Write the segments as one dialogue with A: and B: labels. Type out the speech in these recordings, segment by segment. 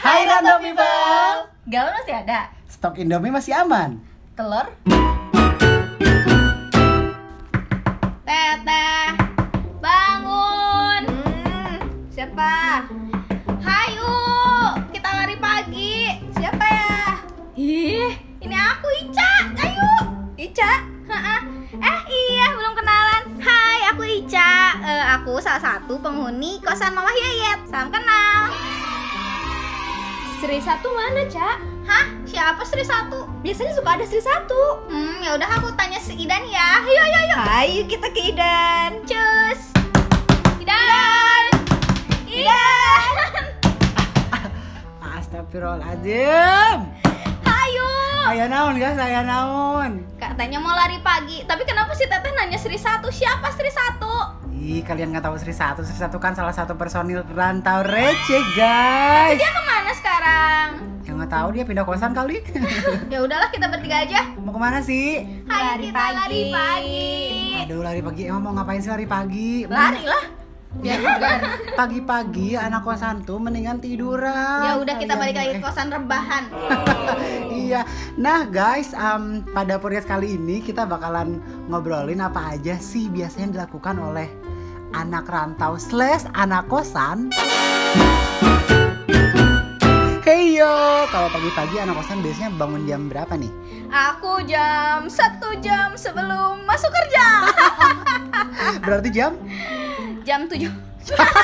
A: random people.
B: Galon masih ada.
A: Stok Indomie masih aman.
B: Telur.
C: Teteh, bangun. Hmm, siapa? Hayu, kita lari pagi. Siapa ya? Ih, ini aku Ica. Ayo, Ica. Ha-ha. Eh iya, belum kenalan. Hai, aku Ica. Eh, aku salah satu penghuni kosan Mama Yayet. Salam kenal.
B: Seri satu mana, Cak?
C: Hah? Siapa Sri Satu?
B: Biasanya suka ada seri satu.
C: Hmm, ya udah aku tanya si Idan ya. Yuk, yuk, yuk. Ayo kita ke Idan. Cus. Idan. Idan.
A: Astagfirullahaladzim.
C: Hayu.
A: Ayo naon guys, ayo naon.
C: Katanya mau lari pagi, tapi kenapa si Teteh nanya Sri Satu? Siapa Sri Satu?
A: Ih, kalian nggak tahu Sri Satu, Sri Satu kan salah satu personil perantau receh guys.
C: Dia kemana sekarang?
A: Yang nggak tahu dia pindah kosan kali.
C: Ya udahlah kita bertiga aja.
A: mau kemana sih?
C: Hayu
B: Lari
C: kita lari
B: pagi.
C: pagi.
A: Aduh lari pagi, emang mau ngapain sih lari pagi? Ya,
C: Lari lah.
B: Biar bugar.
A: Pagi-pagi anak kosan tuh mendingan tiduran.
C: Ya udah kita
A: Kalian
C: balik
A: tuh,
C: lagi
A: eh.
C: ke kosan rebahan.
A: Iya, nah guys, em, pada podcast kali ini kita bakalan ngobrolin apa aja sih biasanya dilakukan oleh anak rantau slash anak kosan. Heyo, kalau pagi-pagi anak kosan biasanya bangun jam berapa nih?
C: Aku jam satu jam sebelum masuk kerja.
A: Berarti jam?
C: Jam 7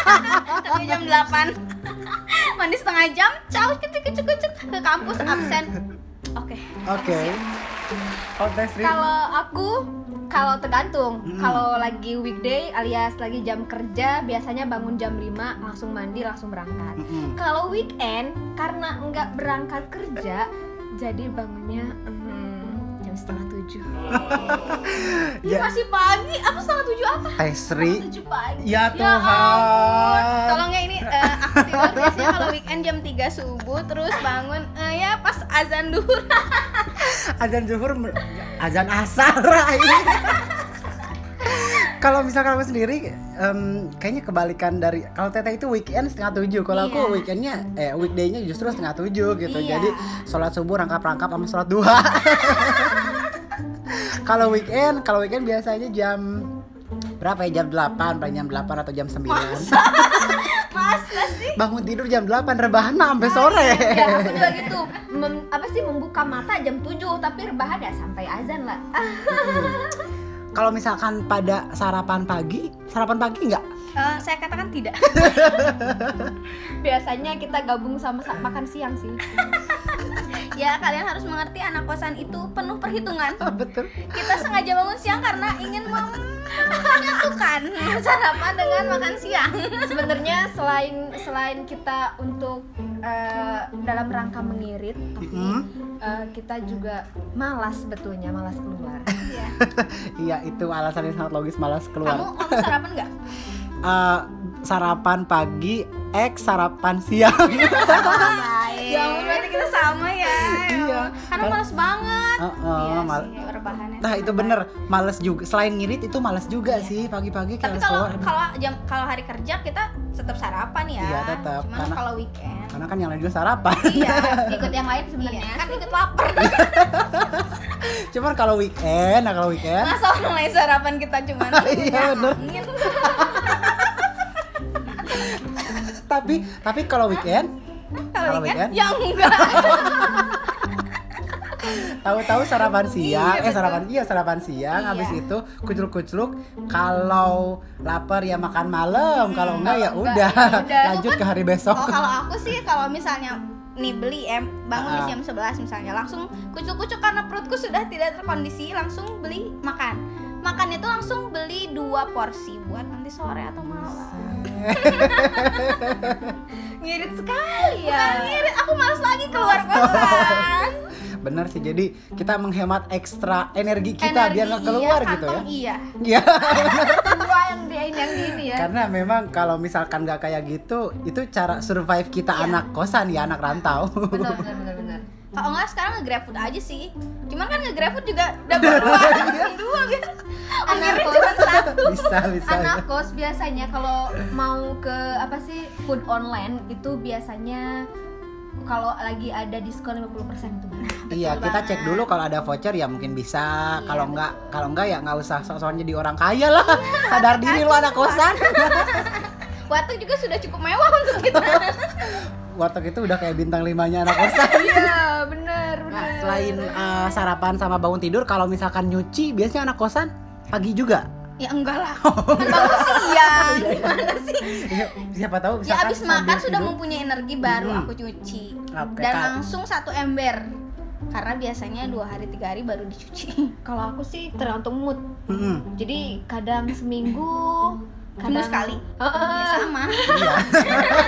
C: Tapi jam 8 Mandi setengah jam Caus kecil kecil kecil Ke kampus absen Oke
A: Oke. Oh, tes Rin.
B: Kalau aku kalau tergantung,
A: Mm.
B: kalau lagi weekday alias lagi jam kerja biasanya bangun jam 5 langsung mandi langsung berangkat.
A: Mm-mm.
B: Kalau weekend karena nggak berangkat kerja jadi bangunnya mm, jam setengah tujuh.
C: Ini
A: Ya,
C: masih pagi Apa setengah tujuh apa?
A: tes Rin.
C: 7 pagi
A: Ya
C: ampun.
B: Iya.
A: Tuhan.
C: Tolong ya ini eh, Aku tidur biasanya kalau weekend jam 3 subuh Terus bangun eh, ya pas azan duhur
A: azan zuhur mer- azan asar Rai. kalau misalkan aku sendiri em, kayaknya kebalikan dari kalau teteh itu weekend setengah tujuh kalau aku
B: Iya.
A: weekendnya eh weekdaynya justru setengah tujuh gitu
B: Iya.
A: jadi sholat subuh rangkap rangkap sama sholat duha kalau weekend kalau weekend biasanya jam berapa ya jam 8 paling jam 8 atau jam 9
C: Masa sih?
A: bangun tidur jam 8 rebahan nah, sampai sore
C: Iya.
B: Ya aku juga gitu. Mem- apa sih membuka mata jam 7 tapi rebahan ya sampai azan lah. Ah,
A: kalau misalkan pada sarapan pagi sarapan pagi nggak
C: Eh, saya katakan tidak
B: biasanya kita gabung sama sa- makan siang sih.
C: Ya kalian harus mengerti anak kosan itu penuh perhitungan
A: betul
C: kita sengaja bangun siang karena ingin menyatukan sarapan dengan makan siang
B: Sebenarnya selain selain kita untuk eh, dalam rangka mengirit, tapi
A: Mm-mm.
B: eh, kita juga malas sebetulnya malas keluar.
A: Iya itu alasan yang sangat logis malas
C: kamu
A: keluar.
C: kamu sarapan nggak
A: Eh, sarapan pagi, X sarapan
C: Iya.
A: siang.
C: baik ya ampun berarti kita sama ya
A: Iya.
C: karena malas banget
A: Eh, eh,
C: Iya
A: mal-
C: sih, rebahannya.
A: Nah itu bener, males juga. Selain ngirit itu males juga sih pagi-pagi
C: Iya. tapi
A: kalau
C: kalau
A: keluar.
C: kalau jam kalau hari kerja kita tetap sarapan ya
A: Iya, tetap.
C: cuman
A: Karena-
C: kalau weekend
A: Karena kan yang lain juga sarapan.
C: iya
B: Ikut yang lain
C: sebenarnya
A: Iya.
B: sebenarnya.
C: kan ikut lapar
A: Cuman kalau weekend, nah kalau weekend.
C: masa orang lain sarapan kita cuman ya
A: Iya, bener.
C: angin
A: Tapi tapi kalau weekend,
C: kalau
A: Kalau weekend?
C: weekend ya enggak
A: tahu-tahu sarapan siang, eh
C: Iya,
A: sarapan iya sarapan siang.
C: Iya.
A: Habis itu kucluk-kucluk. Kalau lapar ya makan malam, kalau enggak ya
C: Hmm, kalau enggak,
A: udah.
C: ya udah.
A: Lanjut
C: Cuman
A: ke hari besok.
C: Oh, kalau aku sih kalau misalnya nih beli em bangun di
A: Ah.
C: jam 11 misalnya langsung kucuk-kucuk karena perutku sudah tidak terkondisi langsung beli makan. Makan itu langsung beli dua porsi buat nanti sore atau malam.
B: Ngirit
A: ya.
B: sekali
C: Bukan ngirit, aku males lagi keluar kosan.
A: Bener sih, jadi kita menghemat ekstra energi kita biar nggak
C: Energi
A: keluar
C: iya,
A: gitu ya.
C: kantong Iya.
A: Iya,
B: Dua yang dia ini yang di ini ya.
A: karena memang kalau misalkan nggak kayak gitu, itu cara survive kita
C: Iya.
A: anak kosan ya, anak rantau.
B: Benar benar benar benar.
C: Kalau enggak sekarang nge-grab food aja sih. Cuman kan nge-grab food juga udah
A: Iya.
C: berdua, dua gitu. Akhirnya
B: kos.
C: cuma satu.
A: bisa, bisa.
B: Anak kos biasanya kalau mau ke apa sih food online itu biasanya
C: kalau lagi ada diskon 50% itu benar.
A: Iya, kita cek
D: banget.
A: dulu kalau ada voucher ya mungkin bisa.
C: gitu kan. Iya, Iya.
A: kalau enggak, kalau enggak ya nggak usah sok-sokan jadi orang kaya lah. Sadar diri lu anak kosan.
D: Watuk juga sudah cukup mewah untuk
A: Iya.
D: kita.
A: Warteg itu udah kayak bintang limanya anak kosan.
C: Iya, benar,
A: Nah, selain eh, sarapan sama bangun tidur, kalau misalkan nyuci biasanya anak kosan pagi juga.
D: ya enggak lah.
A: Oh.
D: Kan bangun
C: iya.
D: siang. Gimana sih?
A: Iya, Siapa tahu
D: Ya
A: misalkan
D: abis makan
A: sambil
D: sudah
A: tidur.
D: mempunyai energi baru
A: Hmm.
D: aku cuci.
A: Oke,
D: Dan
A: Kak.
D: langsung satu ember. Karena biasanya dua hari tiga hari baru dicuci.
C: Kalau aku sih tergantung mood.
A: Mm-mm.
C: Jadi kadang seminggu,
D: Seminggu
C: kadang
D: sekali.
C: Heeh.
D: Ya, sama. Iya.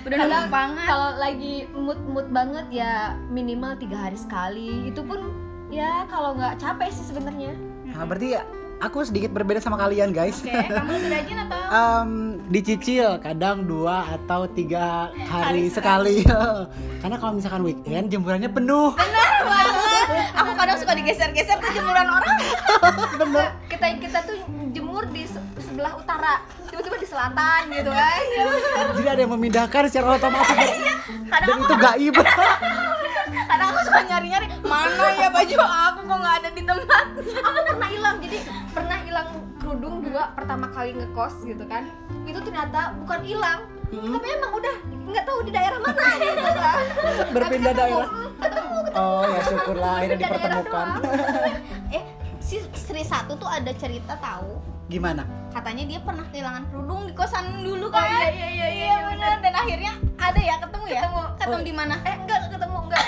D: Udah
C: Kadang-
D: nunggu banget.
C: kalau lagi mood-mood banget ya minimal tiga hari sekali. Itu pun ya kalau nggak capek sih sebenarnya.
A: Nah, berarti ya, aku sedikit berbeda sama kalian, guys.
D: Hmm. Oke, kamu lebih rajin atau?
A: Em, dicicil kadang dua atau tiga hari
D: Hari
A: sekali karena kalau misalkan weekend jemurannya penuh
D: Bener banget. Aku kadang suka digeser-geser ke jemuran orang.
A: bener
C: Kita kita tuh jemur di se- sebelah utara.
D: Tiba-tiba di selatan gitu kan.
A: jadi ada yang memindahkan secara otomatis dan
D: Iya, Kadang
A: itu gaib
D: kadang aku suka nyari-nyari mana ya baju aku kok nggak ada di tempat.
C: Aku Kan pernah hilang. Jadi pernah hilang kerudung juga pertama kali ngekos gitu kan. Itu ternyata bukan hilang,
A: Hmm,
C: tapi emang udah nggak tahu di daerah mana gitu kan.
A: berpindah daerah
C: Ketemu
A: oh ya syukurlah akhirnya
C: Berpindah daerah
A: dipertemukan
D: Eh, si Sri satu tuh ada cerita tahu.
A: gimana
D: Katanya dia pernah kehilangan kerudung di kosan
C: Oh
D: dulu kan.
C: iya iya iya iya, iya benar.
D: bener. Dan akhirnya ada ya ketemu ya. Ketemu,
A: Oh.
D: di mana?
C: Eh enggak enggak ketemu enggak.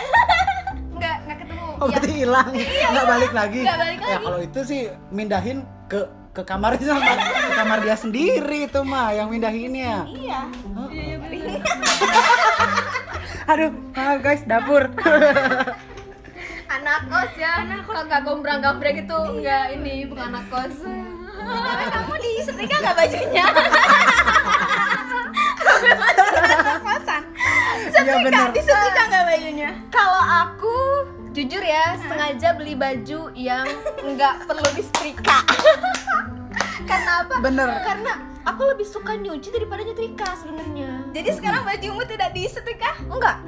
C: Enggak enggak ketemu.
A: oh berarti hilang nggak balik lagi
D: Iya. Nggak balik
A: ya kalau itu sih mindahin ke ke kamarnya sama ke kamar dia sendiri itu mah yang mindahinnya
D: Iya.
A: Iya Aduh, ah, guys, dapur.
C: Anak kos ya. Anak kos enggak gombrang-gambreng gitu. Enggak ini bukan anak kos.
D: Tapi kamu di setrika nggak bajunya? kosan.
A: Iya benar.
D: Di setrika nggak bajunya?
C: Kalau aku jujur ya sengaja beli baju yang enggak perlu disetrika. Karena apa?
A: Bener.
C: Karena aku lebih suka nyuci daripada nyetrika sebenarnya.
D: Jadi sekarang bajumu tidak di setrika?
C: Enggak.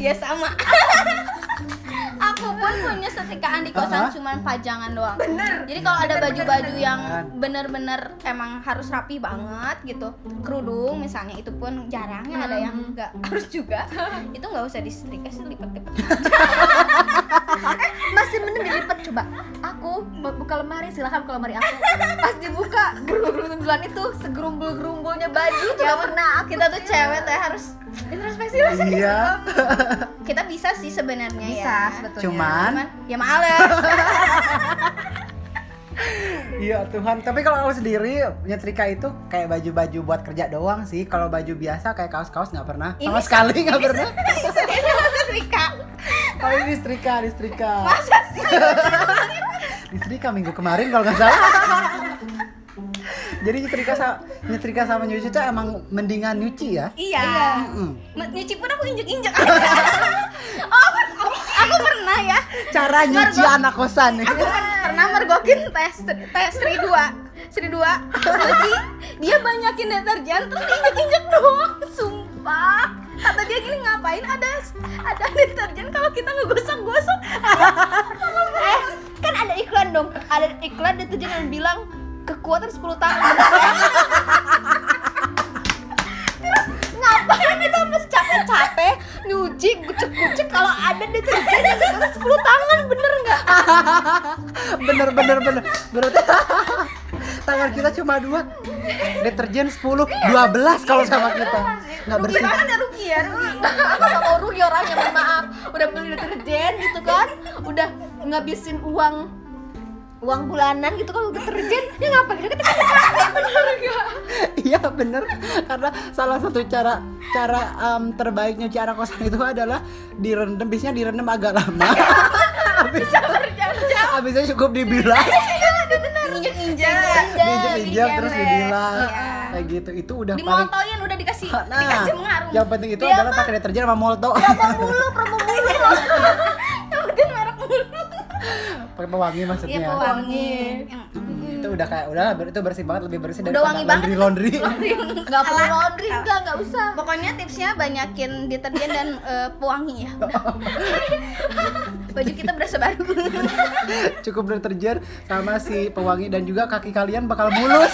D: Ya sama. Aku pun punya setrikaan di kosan
A: Uh-huh.
D: cuman pajangan doang.
C: Bener.
D: Jadi kalau ada baju-baju yang
A: bener.
D: bener-bener emang harus rapi banget gitu, kerudung misalnya itu pun jarang ya ada yang
C: Hmm.
D: nggak harus juga. Itu nggak usah disetrika sih lipat-lipat. Masih mending dilipat coba.
C: Aku bu- buka lemari, silahkan buka lemari aku. Pas dibuka, gerundel-gerundelan itu segerumbul-gerumbulnya baju itu
D: Ya
C: nggak pernah
D: pernah kita tuh cewek tuh ya harus
C: introspeksi lah.
A: Iya.
D: kita bisa sih sebenarnya ya.
C: Bisa sebetulnya.
A: Cuman,
D: Cuman ya males.
A: iya Tuhan. Tapi kalau aku sendiri nyetrika itu kayak baju-baju buat kerja doang sih. Kalau baju biasa kayak kaos-kaos nggak pernah. Sama
D: Ini-
A: sekali nggak pernah.
D: Serius sama setrika.
A: Kalau ini setrika, ini setrika.
D: Masa sih?
A: Di setrika minggu kemarin kalau nggak salah. Jadi nyetrika sama nyetrika sama nyuci itu emang mendingan nyuci ya.
D: Iya.
A: Mm-mm.
D: Me- Nyuci pun aku injek-injek. oh, aku, aku- aku pernah ya.
A: Cara nyuci anak kosan.
D: Aku per- pernah mergokin tes tes Sri 2. Sri 2. Jadi dia banyakin deterjen terus diinjek-injek doang. Sumpah. Kata dia gini ngapain ada ada deterjen kalau kita ngegosok-gosok. eh, kan ada iklan dong. Ada iklan deterjen yang bilang kekuatan 10 tahun. ngapain kita harus capek-capek nyuci gucek-gucek kalau ada deterjen yang terus 10 tangan bener nggak
A: bener bener bener berarti tangan kita cuma dua deterjen 10 12 kalau sama kita nggak
C: Rugi
A: bersih
C: banget ya rugi ya rugi. Aku sama rugi orangnya mohon maaf. Udah beli deterjen gitu kan, udah ngabisin uang uang bulanan gitu kan deterjen ya ngapain kita
A: iya bener karena salah satu cara cara em, terbaik nyuci anak kosan itu adalah direndam biasanya direndam agak lama habisnya habisnya cukup dibilas
D: injek-injek
A: diinjak terus
D: digemes.
A: dibilas
D: Iya.
A: kayak gitu itu udah paling
D: dimontoin udah dikasih
A: nah
D: dikasih mengaruh
A: yang penting itu
D: Dia Iya.
A: adalah pakai deterjen sama molto
D: mulu promo mulu yang penting Iya. merek mulu Iya,
A: pakai pewangi maksudnya
D: pewangi yang
A: itu udah kayak udah lah, itu bersih banget lebih bersih
C: Udah
A: daripada
C: wangi banget.
A: laundry laundry
C: nggak perlu laundry enggak nggak usah
D: Pokoknya tipsnya banyakin deterjen dan eh, pewangi ya. Baju kita berasa baru.
A: cukup deterjen sama si pewangi dan juga kaki kalian bakal mulus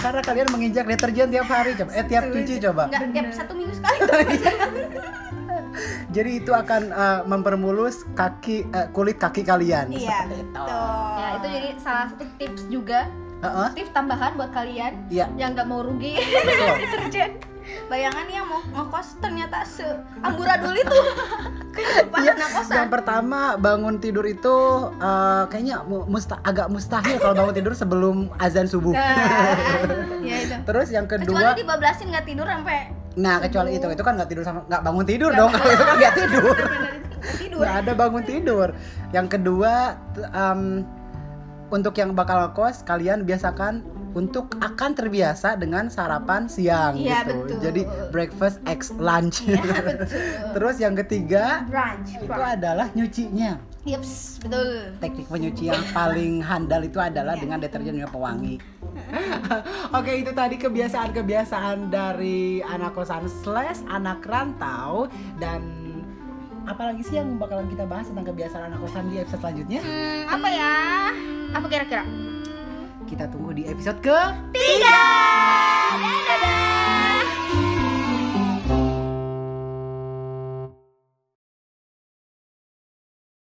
A: karena kalian menginjak deterjen tiap hari coba eh tiap cuci coba
D: Enggak tiap satu minggu sekali.
A: jadi itu akan eh, mempermulus kaki eh, kulit kaki kalian
D: Iya,
A: Seperti itu.
D: betul.
C: ya itu jadi salah satu tips juga
A: Heeh,
C: tips tambahan buat kalian
A: iya
C: yang nggak mau rugi
A: betul
D: deterjen. Bayangan yang mau ngekos ternyata se amburadul itu. Kehidupan
A: Iya,
D: anak
A: yang
D: kosan.
A: pertama bangun tidur itu eh, kayaknya mu- musta- agak mustahil kalau bangun tidur sebelum azan subuh.
D: ya itu.
A: Terus yang kedua,
D: Eh, Kecuali dibablasin nggak tidur sampai
A: nah kecuali itu itu kan nggak tidur sama nggak bangun tidur dong, kalau itu kan nggak tidur,
D: tidur.
A: nggak ada bangun tidur. Yang kedua, t- em, untuk yang bakal kos kalian biasakan untuk akan terbiasa dengan sarapan siang
D: Iya,
A: gitu.
D: betul. Iya,
A: Jadi breakfast x lunch. Terus yang ketiga
D: Brunch.
A: itu adalah nyucinya.
D: Yeps, betul.
A: teknik penyucian paling handal itu adalah dengan deterjen dan pewangi. Oke, itu tadi kebiasaan-kebiasaan dari anak kosan slash anak rantau dan apalagi sih yang bakalan kita bahas tentang kebiasaan anak kosan di episode selanjutnya?
D: Hmm, apa ya? Apa kira-kira?
A: Kita tunggu di episode ke
D: Tiga.